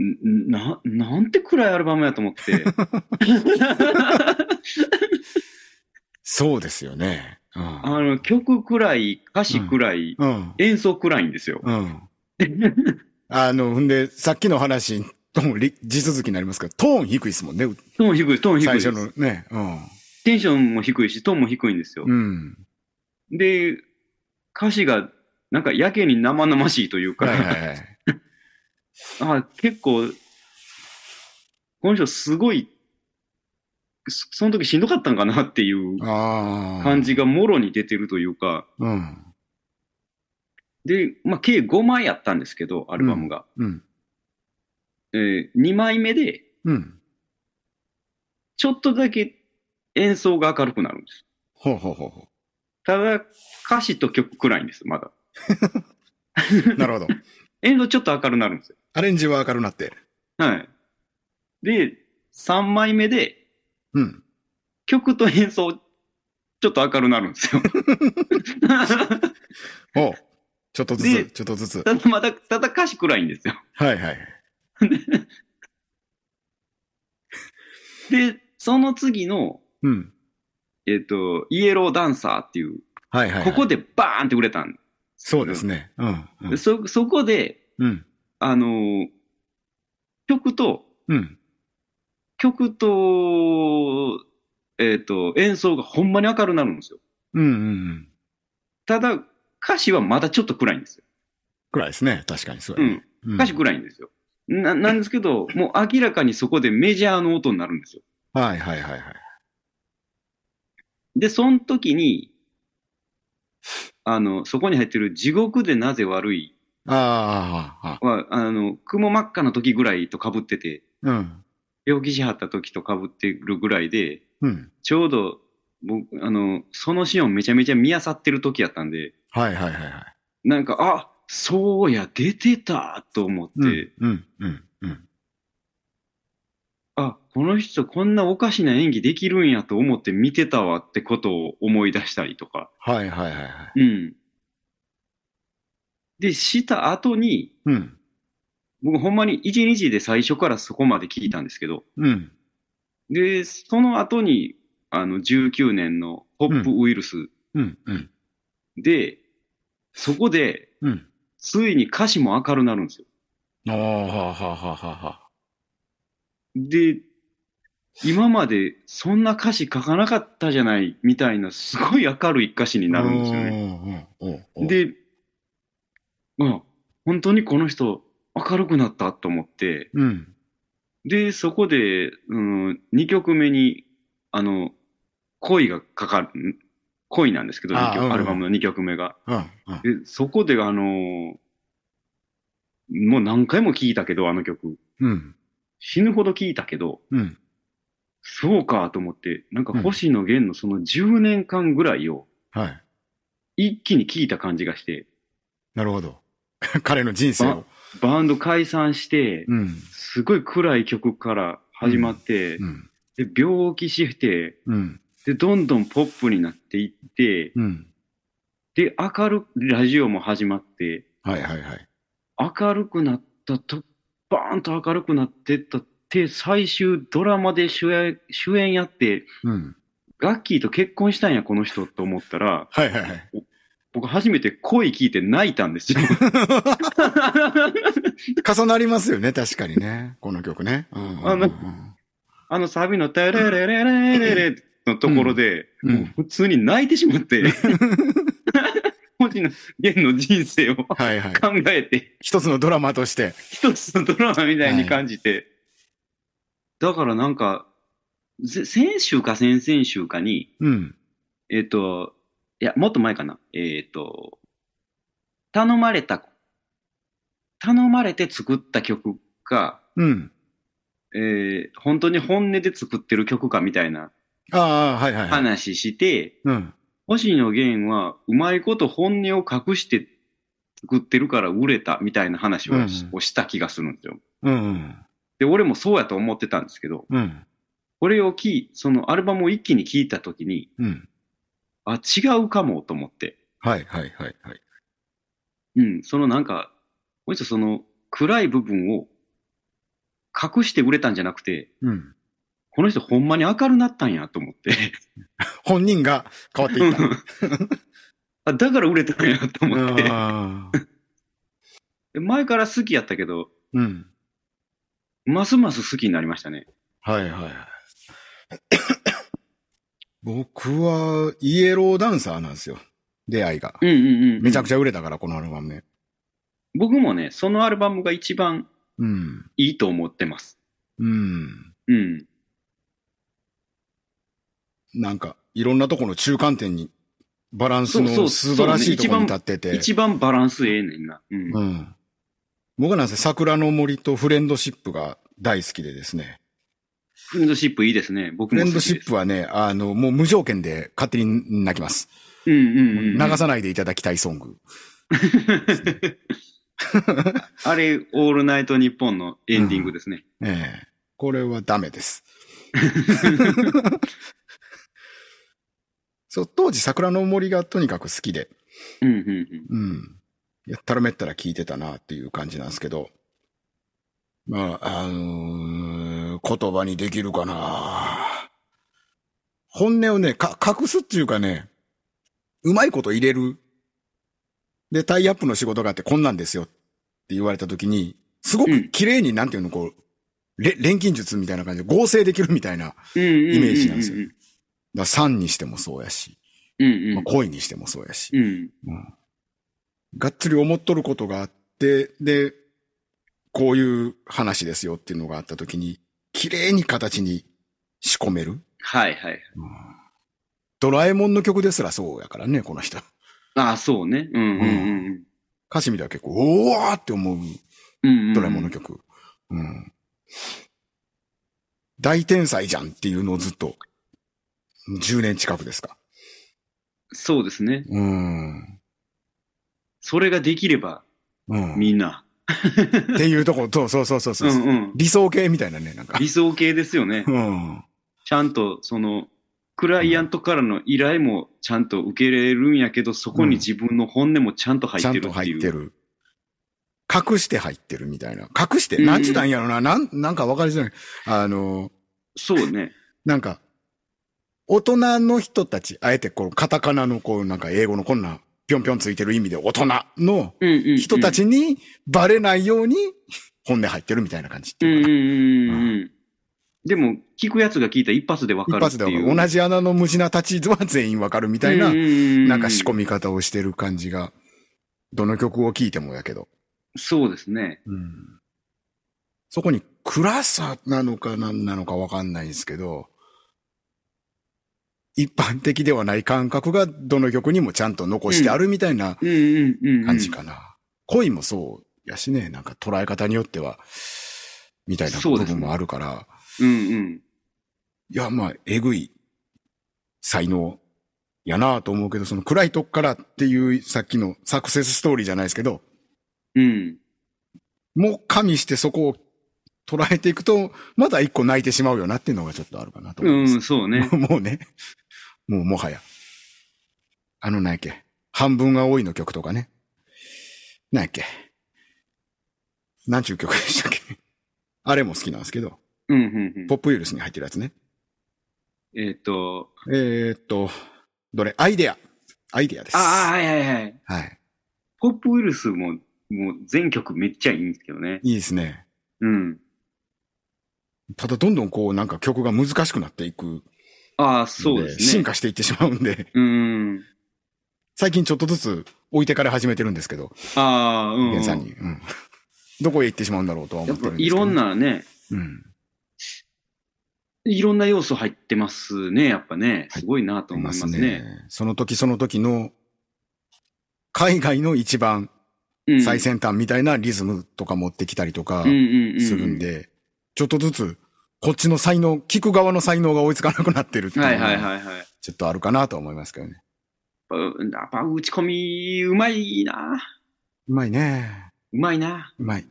Speaker 1: んな、なんて暗いアルバムやと思 って。
Speaker 2: そうですよね。うん。
Speaker 1: あの、曲くらい、歌詞くらい、
Speaker 2: うん。
Speaker 1: 演奏くらいんですよ。
Speaker 2: うん。あの、ほんで、さっきの話ともり地続きになりますけど、トーン低いですもんね、う
Speaker 1: トーン低いです、トーン低い
Speaker 2: 最
Speaker 1: です
Speaker 2: 初のね。う
Speaker 1: テンションも低いし、トーンも低いんですよ。
Speaker 2: ん。うん。
Speaker 1: で、歌詞が、なんかやけに生々しいというか、
Speaker 2: はいはいはい。
Speaker 1: あ結構、この人すごい、そその時しんどかったんかなっていう
Speaker 2: ああ。
Speaker 1: 感。じがもろに出てるというか、
Speaker 2: うん。
Speaker 1: で、まあ、計5枚あったんですけど、アルバムが。
Speaker 2: うん。
Speaker 1: え2枚目で、
Speaker 2: うん。
Speaker 1: ちょっとだけ演奏が明るくなるんです。
Speaker 2: ほうほうほうほ
Speaker 1: ただ、歌詞と曲くらいんです、まだ。
Speaker 2: う。なる ほど。
Speaker 1: 演奏ちょっと明るくなるんですよ。
Speaker 2: アレンジは明るなって。
Speaker 1: はい。で、3枚目で、
Speaker 2: うん。
Speaker 1: 曲と演奏、ちょっと明るくなるんですよ。
Speaker 2: おうちょっとず
Speaker 1: で
Speaker 2: つ、ちょっとずつ。
Speaker 1: ただ、まだ、ただ歌詞暗いんですよ。
Speaker 2: はいはい。
Speaker 1: で、その次の、
Speaker 2: うん。
Speaker 1: えっ、と、イエローダンサーっていう、
Speaker 2: はいはいはい。
Speaker 1: ここでバーンって売れたんで
Speaker 2: そうですね。うん。うん
Speaker 1: す。そ、そこで、
Speaker 2: うん。
Speaker 1: あのー曲と、
Speaker 2: うん。
Speaker 1: 曲と、えっ、と、演奏がほんまに明るくなるんですよ。
Speaker 2: うん。うん。
Speaker 1: ただ、歌詞はまだちょっと暗いんですよ。
Speaker 2: くらいですね。確かにそう
Speaker 1: う
Speaker 2: や
Speaker 1: ん
Speaker 2: ね。。うん
Speaker 1: 歌詞暗いんですよ。ななんですけど、もう明らかにそこでメジャーの音になるんですよ。
Speaker 2: はいはいはいはい。
Speaker 1: で、その時に、あの、そこに入ってる地獄でなぜ悪い
Speaker 2: あーあー、あー
Speaker 1: は、あの、雲真っ赤な時ぐらいと被ってて、
Speaker 2: うん。
Speaker 1: 病気しはった時と被ってるぐらいで、
Speaker 2: うん。
Speaker 1: ちょうど、僕、あの、そのシーンをめちゃめちゃ見漁ってる時やったんで、
Speaker 2: はいはいはいはい。
Speaker 1: なんか、あ、そうや、出てたと思って、
Speaker 2: うん。うん。うん。うん。
Speaker 1: あ、この人こんなおかしな演技できるんやと思って見てたわってことを思い出したりとか。
Speaker 2: はいはいはいはい。
Speaker 1: うん。で、した後に、
Speaker 2: うん。
Speaker 1: 僕ほんまに1日で最初からそこまで聞いたんですけど、
Speaker 2: うん。
Speaker 1: で、その後に、あの、19年のポップウイルス
Speaker 2: うん。うん。
Speaker 1: で、そこで、
Speaker 2: うん。
Speaker 1: ついに歌詞も明るなるんですよ。
Speaker 2: ああ、はあはあはあはあ。
Speaker 1: で、今までそんな歌詞書かなかったじゃないみたいな、すごい明るい歌詞になるんですよね。
Speaker 2: ね。おうおうおう、
Speaker 1: で、あ、本当にこの人明るくなったと思って、
Speaker 2: うん。
Speaker 1: で、そこで、うん、2曲目に、あの、恋がかかる、ん恋なんですけど、
Speaker 2: あ
Speaker 1: 二曲
Speaker 2: うんうん
Speaker 1: アルバムの2曲目が。
Speaker 2: うん。うん。
Speaker 1: で、そこで、あのーもう何回も聴いたけど、あの曲。
Speaker 2: うん。
Speaker 1: 死ぬほど聴いたけど、
Speaker 2: うん。
Speaker 1: そうかと思って、なんか星野源のその10年間ぐらいを
Speaker 2: はい。
Speaker 1: 一気に聴いた感じがして、
Speaker 2: なるほど。 彼の人生を。
Speaker 1: バンド解散して、
Speaker 2: うん。
Speaker 1: すごい暗い曲から始まって、
Speaker 2: うん。
Speaker 1: で病気して
Speaker 2: うん。
Speaker 1: でどんどんポップになっていって
Speaker 2: うん。
Speaker 1: で明るくラジオも始まって
Speaker 2: はいはいはい。
Speaker 1: 明るくなったとバーンと明るくなってったって最終ドラマで主演主演やって
Speaker 2: うん。
Speaker 1: ガッキーと結婚したんやこの人と思ったら
Speaker 2: はいはいはい。
Speaker 1: 僕初めて恋聞いて泣いたんです よ。
Speaker 2: 重なりますよね、確かにね。この曲ね。うんうんうん
Speaker 1: あのあのサビの「テレレレレレレ」のところで、
Speaker 2: うん
Speaker 1: もう普通に泣いてしま って、星野源の人生を考
Speaker 2: はいはい。
Speaker 1: えて、
Speaker 2: 一つのドラマとして。
Speaker 1: 一つのドラマみたいに感じて、だからなんか、ぜ先週か先々週かに、
Speaker 2: うん。
Speaker 1: えっ、と、いや、もっと前かな、えっ、と、頼まれた、頼まれて作った曲か、
Speaker 2: うん。
Speaker 1: えー本当に本音で作ってる曲かみたいな
Speaker 2: ああ、はいはいはい。
Speaker 1: 話して、
Speaker 2: うん。
Speaker 1: 星野源はうまいこと本音を隠して作ってるから売れたみたいな話をし,、
Speaker 2: うん
Speaker 1: た気がするんですよ。
Speaker 2: うん。
Speaker 1: で、俺もそうやと思ってたんですけど、
Speaker 2: うん。
Speaker 1: これを聞い、そのアルバムを一気に聞いたときに、
Speaker 2: うん。
Speaker 1: あ、違うかもと思って。
Speaker 2: はいはいはいはい。
Speaker 1: うん、そのなんか、もう一つその暗い部分を隠して売れたんじゃなくて、
Speaker 2: うん。
Speaker 1: この人ほんまに明るなったんやと思って。
Speaker 2: 本人が変わって いった。
Speaker 1: あだから売れたんやと思って。
Speaker 2: あー
Speaker 1: で前から好きやったけど、
Speaker 2: うん。
Speaker 1: ますます好きになりましたね。
Speaker 2: はいはいはい。 僕は、イエローダンサーなんですよ。出会いが。
Speaker 1: うんうんうん。
Speaker 2: めちゃく
Speaker 1: ゃ。
Speaker 2: ちゃ売れたから、このアルバムね。
Speaker 1: 僕もね、そのアルバムが一番
Speaker 2: うん。
Speaker 1: いいと思ってます。
Speaker 2: うん。
Speaker 1: うん。
Speaker 2: なんか、いろんなとこの中間点に、バランス
Speaker 1: そうそ
Speaker 2: の
Speaker 1: う
Speaker 2: 素晴らしいところに立ってて。
Speaker 1: 一番バランスええねんな。うん。
Speaker 2: うん。僕はなんせ桜の森とフレンドシップが大好きでですね。
Speaker 1: フレンドシップいいですね。僕
Speaker 2: フ
Speaker 1: も
Speaker 2: レ
Speaker 1: 好
Speaker 2: ン
Speaker 1: き
Speaker 2: ド
Speaker 1: で
Speaker 2: シ
Speaker 1: す。
Speaker 2: ップはね、あの、もう無条件で勝手に泣きます。
Speaker 1: うんうんうん。
Speaker 2: 流さないでいただきたいソング。
Speaker 1: あれ、オールナイトニッポンのエンディングですね。
Speaker 2: ええこれはダメ です。そう、当時桜の森がとにかく好きで、
Speaker 1: うんうんうん。
Speaker 2: うん。やったらめったら聞いてたなっていう感じなんですけど、まあ、あのー言葉にできるかな本音をね、か、隠すっていうかね、うまいこと入れる。で、タイアップの仕事があってこんなんですよって言われた時に、すごく綺麗に、なんていうの、こう、れ錬金術みたいな感じで合成できるみたいな。だか
Speaker 1: うんうんうんうん
Speaker 2: イメージなんですよ
Speaker 1: うん
Speaker 2: ら酸にしてもそうやし、
Speaker 1: うん。
Speaker 2: まあ、恋にしてもそうやし。
Speaker 1: うん。
Speaker 2: がっつり思っとることがあって、で、こういう話ですよっていうのがあった時に、綺麗に形に仕込める。
Speaker 1: はいはい。
Speaker 2: ドラえもんの曲ですらそうやからね、この人。
Speaker 1: ああ、そうね。うんうんうん
Speaker 2: 歌詞見たら結構、おーって思う
Speaker 1: うん。うんうん。
Speaker 2: ドラえもんの曲。うん。大天才じゃんっていうのをずっと、10年近くですか。
Speaker 1: そうですね。
Speaker 2: うん。
Speaker 1: それができれば、
Speaker 2: うん。っ
Speaker 1: みんな。
Speaker 2: ていうとこ、そうそうそうそう
Speaker 1: う
Speaker 2: そう、
Speaker 1: んうん。
Speaker 2: 理想系みたいなね、なんか。
Speaker 1: 理想系ですよ ね。
Speaker 2: うん。
Speaker 1: ちゃんと、その、クライアントからの依頼もちゃんと受け入れるんやけど、そこに自分の本音もちゃんと入
Speaker 2: ちゃ
Speaker 1: っ
Speaker 2: ん
Speaker 1: てる
Speaker 2: と
Speaker 1: ってい
Speaker 2: 入
Speaker 1: う。
Speaker 2: ってる。隠して入ってるみたいな。隠して、
Speaker 1: うん
Speaker 2: なんちゅうたんやろな。なん、なんかわかりづらい。あの、
Speaker 1: そうね。
Speaker 2: なんか、大人の人たち、あえてこのカタカナのこう、なんか英語のこんな、ぴょんぴょんついてる意味で大人の
Speaker 1: うんうんうん。
Speaker 2: 人たちにバレないように本音入ってるみたいな感じって
Speaker 1: うんう
Speaker 2: いう
Speaker 1: ん
Speaker 2: かな。
Speaker 1: うんうん。でも、聞くやつが聞いたら一発でわか
Speaker 2: 一
Speaker 1: るって
Speaker 2: 発
Speaker 1: いう。
Speaker 2: でわかる同じ穴の無地なたちは全員わかるみたいな、
Speaker 1: な
Speaker 2: なんか仕込み方をしてる感じが、どの曲を聴いてもやけど。
Speaker 1: そうですね。
Speaker 2: そこに暗さなのか何なのかわかんないんですけど、一般的ではない感覚がどの曲にもちゃんと残してあるみたいな
Speaker 1: うんうんうん、うん。
Speaker 2: 感じかな。恋もそうやしね、なんか捉え方によっては、みたいな
Speaker 1: そ
Speaker 2: 部
Speaker 1: うですね
Speaker 2: 分もあるから、
Speaker 1: うん
Speaker 2: いや、まあ、えぐい才能やなぁと思うけど、その暗いとこからっていうさっきのサクセスストーリーじゃないですけど、
Speaker 1: うん。うん。
Speaker 2: もう加味してそこを捉えていくと、まだ一個泣いてしまうよなっていうのがちょっとあるかなと思いま
Speaker 1: う
Speaker 2: す。
Speaker 1: ん、そう ね。
Speaker 2: もうね。もうもはや。あの、なんやっけ。半分が多いの曲とかね。なんやっけ。なんちゅう曲でしたっけ。あれも好きなんですけど、
Speaker 1: うんうんう
Speaker 2: ポップウイルスに入ってるやつね。
Speaker 1: ん。えっ、と、
Speaker 2: えー、っと、どれアイデア。アイデアです。
Speaker 1: ああ、はいはいはい。
Speaker 2: はい。
Speaker 1: ポップウイルスも、もう全曲めっちゃいいんですけどね。
Speaker 2: いいですね。
Speaker 1: うん。
Speaker 2: ただどんどんこうなんか曲が難しくなっていくんで。
Speaker 1: ああ、そうですね。
Speaker 2: 進化していってしまうんで。
Speaker 1: うん。
Speaker 2: 最近ちょっとずつ置いてから始めてるんですけど、
Speaker 1: ああ、うん。
Speaker 2: 皆さんに。うん。 どこへ行ってしまうんだろうとは
Speaker 1: や
Speaker 2: 思っ
Speaker 1: って
Speaker 2: る
Speaker 1: ぱ
Speaker 2: んです
Speaker 1: い
Speaker 2: け
Speaker 1: ろ
Speaker 2: ど、
Speaker 1: ん。なね、
Speaker 2: うん。
Speaker 1: いろんな要素入ってますね、やっぱね。すごいなと
Speaker 2: あ
Speaker 1: 思
Speaker 2: り
Speaker 1: いま
Speaker 2: ます
Speaker 1: ね。
Speaker 2: すね。その時その時の、海外の一番
Speaker 1: うん
Speaker 2: 最先端みたいなリズムとか持ってきたりとか
Speaker 1: うんうんうん、
Speaker 2: するんで、ちょっとずつ、こっちの才能、聞く側の才能が追いつかなくなってるっていう
Speaker 1: は
Speaker 2: の
Speaker 1: いはい
Speaker 2: が、
Speaker 1: はいはい。
Speaker 2: ちょっとあるかなと思いますけどね。
Speaker 1: うんやっぱ打ち込み、うまいな。
Speaker 2: うまいね。
Speaker 1: うまいな。
Speaker 2: うまい。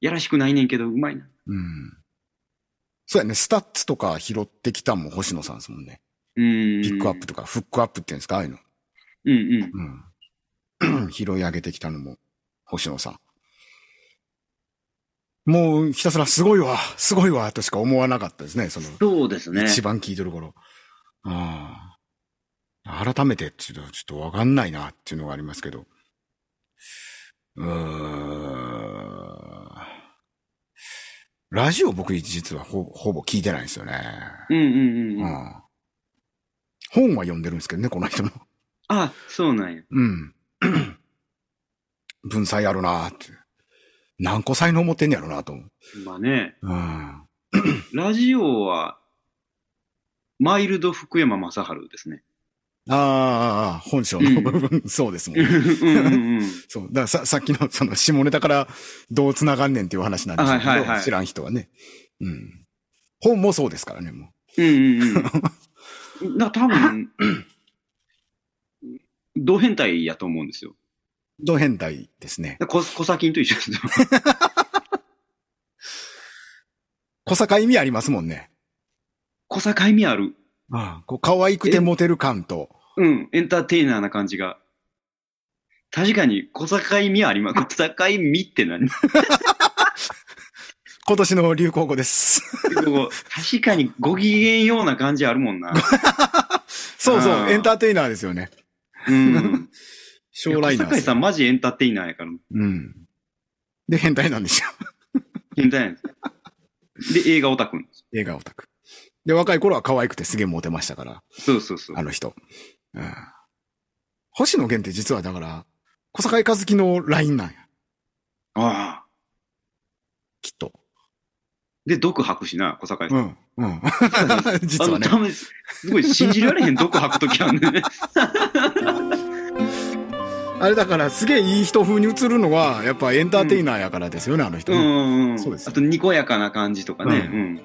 Speaker 1: やらしくないねんけど、うまいな。
Speaker 2: うん。そうやね。スタッツとか拾ってきたんも星野さんですもんね。
Speaker 1: うん。
Speaker 2: ピックアップ。とか、フックアップって言うんですかああいうの。
Speaker 1: うんうん。
Speaker 2: うん。拾い上げてきたのも、星野さん。もうひたすらすごいわ、すごいわ、としか思わなかったですね、その、
Speaker 1: そうですね。
Speaker 2: 一番聞いてる頃。ああ。改めてっていうと、ちょっとわかんないなっていうのがありますけど。うーん。ラジオ僕実はほほぼ聞いてないんですよね。
Speaker 1: うんうん
Speaker 2: う
Speaker 1: うんん。あ
Speaker 2: 本は読んでるんですけどね、この人の。
Speaker 1: あ、そうなんや。
Speaker 2: うん。 文才あるなーって。何個才能持ってんねやろなと思う。
Speaker 1: まあね、
Speaker 2: うん。
Speaker 1: ラジオは、マイルド福山雅治ですね。
Speaker 2: あーあー、あー本性の部分、 そうですもん
Speaker 1: う
Speaker 2: ね
Speaker 1: ん。うんうん。
Speaker 2: そう。だからさ、さっきのその下ネタからどう繋がんねんっていう話なんですけど、
Speaker 1: はいはいはい
Speaker 2: 知らん人はね。うん。本もそうですからね、もう。
Speaker 1: うんうんうん。だから多分、同変態やと思うんですよ。
Speaker 2: ド変態ですね。
Speaker 1: だから小小砂金と一緒ですよ。
Speaker 2: 小坂意味ありますもんね。
Speaker 1: 小坂意味ある。
Speaker 2: ああこう可愛くてモテる感と。
Speaker 1: うん、エンターテイナーな感じが。確かに、小坂意味あり ます。小坂意味って何こ
Speaker 2: 今年の流行語です。
Speaker 1: こ確かにご機嫌ような感じあるもんな。
Speaker 2: そうそ
Speaker 1: あ
Speaker 2: う、
Speaker 1: あ
Speaker 2: エンターテイナーですよね。
Speaker 1: うん。
Speaker 2: 将来
Speaker 1: 小
Speaker 2: な
Speaker 1: 坂井さんマジエンターテイナーやから。
Speaker 2: うん。で、変態なんでしょ。
Speaker 1: 変態なんです。で、映画オタクなんです。
Speaker 2: 映画オタク。で、若い頃は可愛くてすげえモテましたから、
Speaker 1: そうそうそう
Speaker 2: あ。の人。うん。星野源って実はだから、小坂井和樹のラインなんや、
Speaker 1: ああ。
Speaker 2: きっと。
Speaker 1: で、毒吐くしな、小坂井さ。
Speaker 2: うんん。うん。
Speaker 1: あ
Speaker 2: 実は
Speaker 1: の、
Speaker 2: ね。
Speaker 1: たぶん、すごい信じられへん 毒吐くときあるんでね。
Speaker 2: あれだから、すげえいい人風に映るのは、やっぱエンターテイナーやからですよね、あの人
Speaker 1: うん
Speaker 2: ね。
Speaker 1: うんうん。
Speaker 2: そうです
Speaker 1: あと、にこやかな感じとかね。
Speaker 2: う
Speaker 1: うん。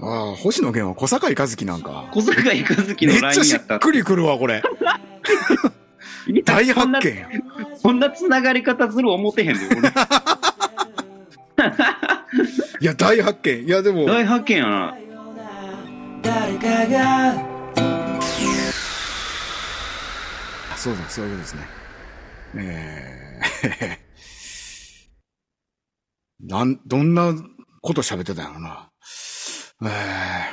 Speaker 2: ああ、星野源は小坂井和樹なんか。
Speaker 1: 小坂井和樹
Speaker 2: め
Speaker 1: の
Speaker 2: っ
Speaker 1: ラ
Speaker 2: ちゃ
Speaker 1: イン
Speaker 2: し
Speaker 1: やった
Speaker 2: っ。くりくるわ、これ。大発見や。
Speaker 1: こんなつながり方する思ってへんで、俺
Speaker 2: いや、大発見。いや、でも、
Speaker 1: 大発見やな。
Speaker 3: 誰かが
Speaker 2: そうだ、そういうことですね。ええ なん、どんなこと喋ってたんやろな。え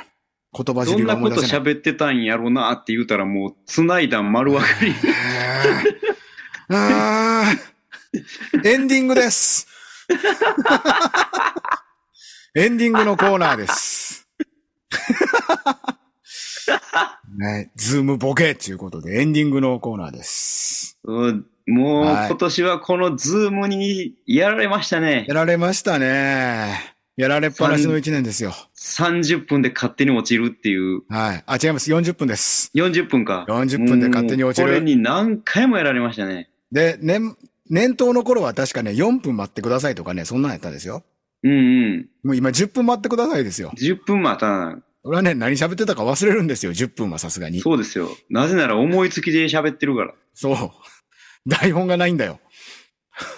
Speaker 2: え言葉
Speaker 1: ど
Speaker 2: 尻
Speaker 1: ん
Speaker 2: が
Speaker 1: な
Speaker 2: 思
Speaker 1: こ
Speaker 2: い出
Speaker 1: と
Speaker 2: せない。
Speaker 1: 喋ってたんやろなって言うたら、もう、繋いだん丸分かり。
Speaker 2: ええあーエンディングです。エンディングのコーナーです。 ね、ズームボケということで、エンディングのコーナーです。
Speaker 1: うんもう、
Speaker 2: はい
Speaker 1: 今年はこのズームにやられましたね
Speaker 2: や。られましたね。やられっぱなしの1年ですよ。
Speaker 1: 30分で勝手に落ちるっていう。
Speaker 2: はい。あ、違います。40分です。
Speaker 1: 40分か。
Speaker 2: 40分で勝手に落ち
Speaker 1: もうこれ
Speaker 2: る。
Speaker 1: に何回もやられましたね。
Speaker 2: で、年、年頭の頃は確かね、4分待ってくださいとかね、そんなんやったんですよ。
Speaker 1: うんうん。
Speaker 2: もう今10分待ってくださいですよ。
Speaker 1: 10分待たな。
Speaker 2: 俺はね、何喋ってたか忘れるんですよ。10分はさすがに。
Speaker 1: そうですよ。なぜなら思いつきで喋ってるか
Speaker 2: そう。台本がないんだよ。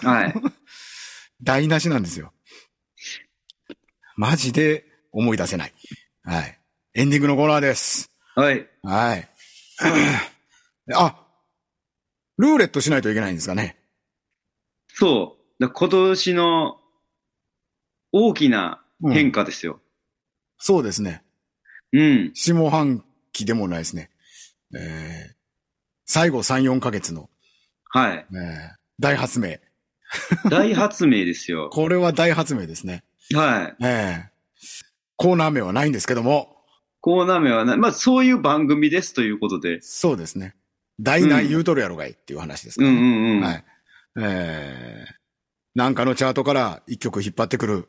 Speaker 1: ら。 はい。
Speaker 2: 台無しなんですよ。マジで思い出せない。はい。エンディングのコーナーです。
Speaker 1: はい。
Speaker 2: はい。あ、ルーレットしないといけないんですかね。
Speaker 1: そう。だ今年の大きな
Speaker 2: うん
Speaker 1: 変化ですよ。
Speaker 2: そうですね。
Speaker 1: うん。
Speaker 2: 下半期でもないですね。えー最後3、4ヶ月の、
Speaker 1: はい。
Speaker 2: えー大発明。
Speaker 1: 大発明ですよ。
Speaker 2: これは大発明ですね。
Speaker 1: はい。
Speaker 2: えーコーナー名はないんですけども、
Speaker 1: コーナー名はな、まあそういう番組ですということで。
Speaker 2: そうですね。大内言うとるやろがいっていう話です
Speaker 1: う
Speaker 2: か
Speaker 1: ん
Speaker 2: ら
Speaker 1: う
Speaker 2: ね、
Speaker 1: んうん。は。
Speaker 2: はいい。えーなんかのチャートから一曲引っ張ってくる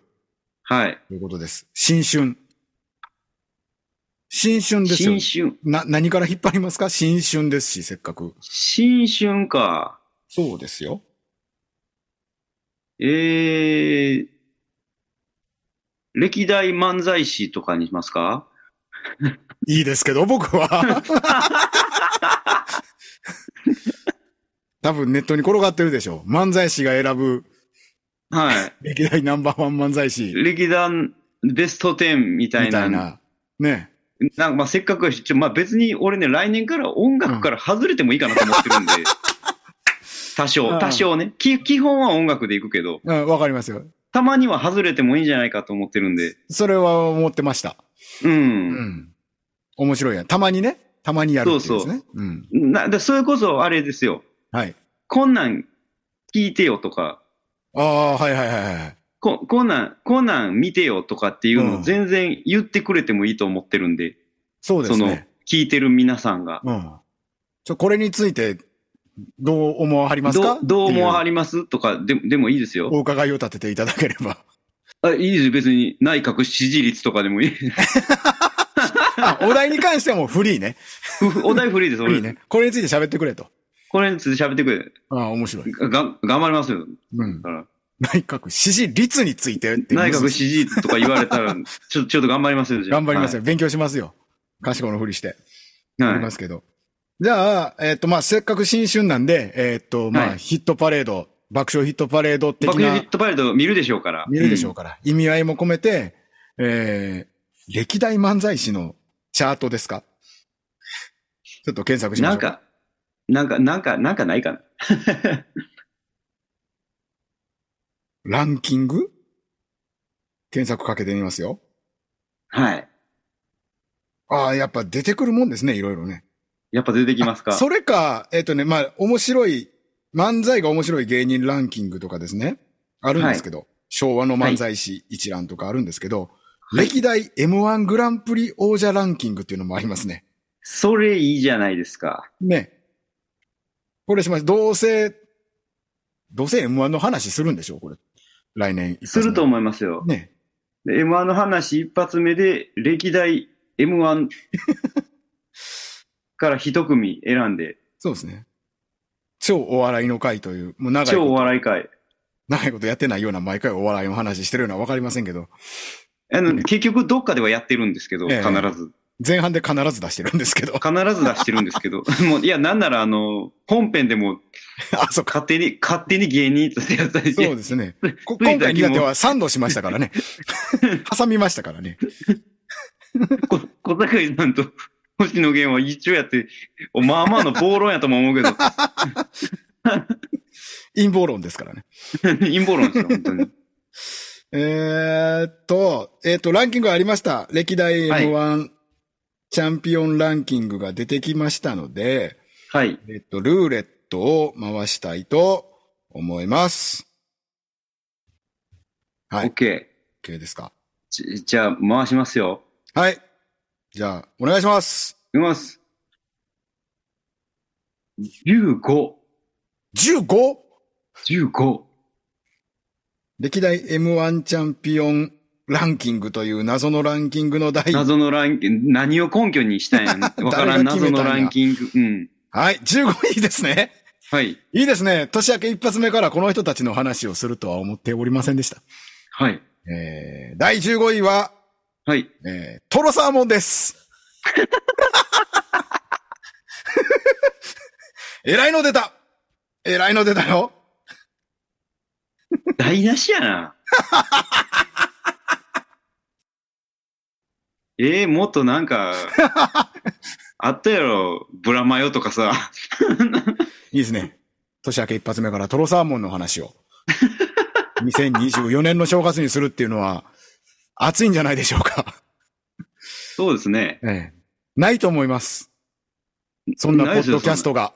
Speaker 2: ということです。新春。新春ですよ
Speaker 1: 新。春。
Speaker 2: な、何から引っ張りますか新春ですし、せっかく。
Speaker 1: 新春か。
Speaker 2: そうですよ。
Speaker 1: えー、歴代漫才師とかにしますか
Speaker 2: いいですけど、僕 は。多分ネットに転がってるでしょう。漫才師が選ぶ
Speaker 1: はい。
Speaker 2: 歴代ナンバーワン漫才師
Speaker 1: 歴代ベスト10みた
Speaker 2: み
Speaker 1: い
Speaker 2: た
Speaker 1: な。
Speaker 2: い
Speaker 1: な
Speaker 2: な。ね。
Speaker 1: んかまあせっかくやし、ちょまあ別に俺ね、来年から音楽から外れてもいいかなと思ってるんで。多
Speaker 2: うん
Speaker 1: 少、多少ね。き基本は音楽でいくけど。
Speaker 2: うん、わかりますよ。
Speaker 1: たまには外れてもいいんじゃないかと思ってるんで。
Speaker 2: それは思ってました。
Speaker 1: う。
Speaker 2: うんん。面白いやん。たまにね。たまにやるっていうんですね。うん。
Speaker 1: なでそれこそあれですよ。
Speaker 2: はい。
Speaker 1: こんなん聞いてよとか、
Speaker 2: ああ、はいはいはいはい。
Speaker 1: ここんなん、こんなん見てよとかっていうの
Speaker 2: う
Speaker 1: を
Speaker 2: ん
Speaker 1: 全然言ってくれてもいいと思ってるんで、
Speaker 2: そうで
Speaker 1: そ
Speaker 2: す
Speaker 1: の
Speaker 2: ね。、
Speaker 1: 聞いてる皆さんが。
Speaker 2: うん。ちょ、これについて、どう思わはりますか
Speaker 1: どどう思わは
Speaker 2: り
Speaker 1: りますとかで、でもいいですよ。
Speaker 2: お伺いを立てていただければ。
Speaker 1: あいいですよ。別に内閣支持率とかで もいい。
Speaker 2: あ、お題に関してはもうフリーね。
Speaker 1: お題フリーです、
Speaker 2: フリ
Speaker 1: 俺。
Speaker 2: ーね。これについて喋ってくれと。
Speaker 1: これについて喋ってくれ。
Speaker 2: ああ、面白い。
Speaker 1: が頑張りますよ。
Speaker 2: うん
Speaker 1: だ。から
Speaker 2: 内閣支持率についてって。
Speaker 1: 内閣支持率とか言われたら、ちょちょっと頑張りますよ。じゃあ
Speaker 2: 頑張りますよ。。勉強しますよ。賢いのふりして。
Speaker 1: はい
Speaker 2: あり
Speaker 1: は
Speaker 2: ま
Speaker 1: い。
Speaker 2: すけど。じゃあ、えっ、と、まあ、せっかく新春なんで、えっ、と、まあ、
Speaker 1: はい
Speaker 2: ヒットパレード、爆笑ヒットパレード的
Speaker 1: 爆弾ヒ
Speaker 2: な
Speaker 1: ッ、トパレード見るでしょうから。
Speaker 2: 見るでしょう
Speaker 1: か。
Speaker 2: から、意味合いも込めて、えー、歴代漫才師のチャートですかちょっと検索しましょ
Speaker 1: な。
Speaker 2: うん
Speaker 1: か、なんか、なんか、なんかないかな。
Speaker 2: ランキング検索かけてみますよ。
Speaker 1: はい。
Speaker 2: ああ、やっぱ出てくるもんですね、いろいろね。
Speaker 1: やっぱ出てきますか。
Speaker 2: それか、えっ、とね、まあ、面白い、漫才が面白い芸人ランキングとかですね。あるんですけど、昭和の漫才師一覧とかあるんですけど、
Speaker 1: はい
Speaker 2: 歴代 M1 グランプリ王者ランキングっていうのもありますね。
Speaker 1: それいいじゃないですか。
Speaker 2: ね。これします。どうせ、どうせ M1 の話するんでしょうこれ。来年。
Speaker 1: すると。思いますよ。
Speaker 2: ね。
Speaker 1: で M1 の話一発目で、歴代 M1 から一組選んで、
Speaker 2: そうですね。超お笑いの会という、もう長い
Speaker 1: 超お
Speaker 2: こと、
Speaker 1: 笑い会。
Speaker 2: 長いことやってないような、毎回お笑いの話してるようなわかりませんけど、
Speaker 1: あ
Speaker 2: ね
Speaker 1: の結局どっかではやってるんですけど、
Speaker 2: ええ
Speaker 1: 必ず。
Speaker 2: 前半で必ず出してるんですけど。
Speaker 1: 必ず出してるんですけど、 もう、いや、なんならあの、本編でも
Speaker 2: あ、そうか。
Speaker 1: 勝手に、勝手に芸人としてやったりし
Speaker 2: そう
Speaker 1: て、
Speaker 2: ですね。こ
Speaker 1: つい
Speaker 2: 今回にだって
Speaker 1: も
Speaker 2: はサンドしましたからね。 挟みましたからね。
Speaker 1: こ小堺さんと星野源は一応やって、おまあまあの暴論やとも思うけど、
Speaker 2: 陰謀論ですからね。
Speaker 1: 陰謀論ですよ、本 当に。
Speaker 2: えーっと、えーっと、ランキングありました。歴代
Speaker 1: はい
Speaker 2: M1、チャンピオンランキングが出てきましたので、
Speaker 1: はい。
Speaker 2: えーっと、ルーレットを回したいと思います。はい
Speaker 1: OK。
Speaker 2: OK ですか。
Speaker 1: じじゃあ、回しますよ。
Speaker 2: はい。じゃあ、お願いします。
Speaker 1: いきます。15。
Speaker 2: 15!
Speaker 1: 15。
Speaker 2: 歴代 M1 チャンピオンランキングという謎のランキングの第
Speaker 1: 謎のランキング、何を根拠にしたんやん。 わからん
Speaker 2: 誰が決めた
Speaker 1: 謎
Speaker 2: んや
Speaker 1: のランキング。うん。
Speaker 2: はい、15位ですね。
Speaker 1: はい。
Speaker 2: いいですね。年明け一発目からこの人たちの話をするとは思っておりませんでした。
Speaker 1: はい。
Speaker 2: えー、第15位は、
Speaker 1: はい。
Speaker 2: えー、トロサーモンです。 えらいの出た。えらいの出たよ。
Speaker 1: 台無しやな。 ええもっとなんか、あったやろ、ブラマヨとかさ。
Speaker 2: いいですね。年明け一発目からトロサーモンの話を。2024年の正月にするっていうのは、熱いんじゃないでしょうか。
Speaker 1: そうですね。
Speaker 2: ええ、ないと思います。そんなポ
Speaker 1: ないで
Speaker 2: ッ
Speaker 1: すよ
Speaker 2: ドキャストが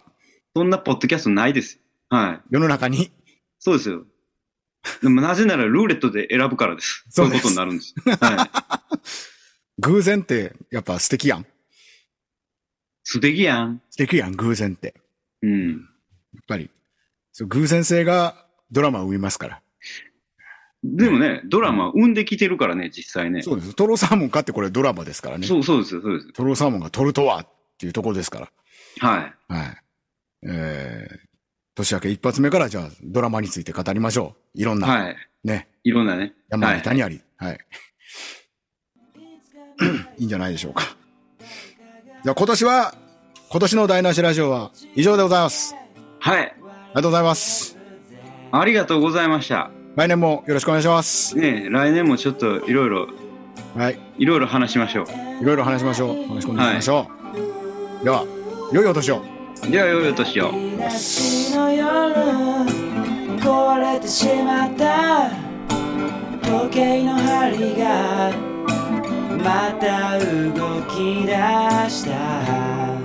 Speaker 1: そんなポッドキャストないです。はい。
Speaker 2: 世の中に。
Speaker 1: そうですよ。でもなぜならルーレットで選ぶからです。
Speaker 2: そ
Speaker 1: そうう
Speaker 2: で
Speaker 1: いう
Speaker 2: す
Speaker 1: ことになるんです。はい。
Speaker 2: 偶然ってやっぱ素敵やん。
Speaker 1: 素敵やん。
Speaker 2: 素敵やん、偶然って。
Speaker 1: うん。
Speaker 2: やっぱり。そう偶然性がドラマを生みますから。
Speaker 1: でもね、ドラマ生んできてるからね、実際ね。
Speaker 2: そ
Speaker 1: そう
Speaker 2: です。トロサーモンかってこれドラマですからね。
Speaker 1: うそうですよ、そうです。
Speaker 2: トロサーモンが取るとはっていうところですか
Speaker 1: はい。
Speaker 2: ら。はい。えー、年明け一発目からじゃあドラマについて語りましょう。いろんな。
Speaker 1: はい。
Speaker 2: ね。
Speaker 1: いろんなね。
Speaker 2: 山あ
Speaker 1: は
Speaker 2: り
Speaker 1: い
Speaker 2: 谷あり。はい。い、 いんじゃないでしょうか。じゃあ今年は、今年の台無しラジオは以上でございます。
Speaker 1: はい。
Speaker 2: ありがとうございます。
Speaker 1: ありがとうございました。
Speaker 2: 来年もよろしくお願いします。
Speaker 1: ねえ来年もちょっといろいろ、
Speaker 2: はい。
Speaker 1: いろいろ話しましょ
Speaker 2: いろいろ話しましょう。よろしくお願いしましょう。では、良いお年を。
Speaker 1: う。では、良いお年を。
Speaker 3: 日の夜壊れてしまった時計の針がまた動き出した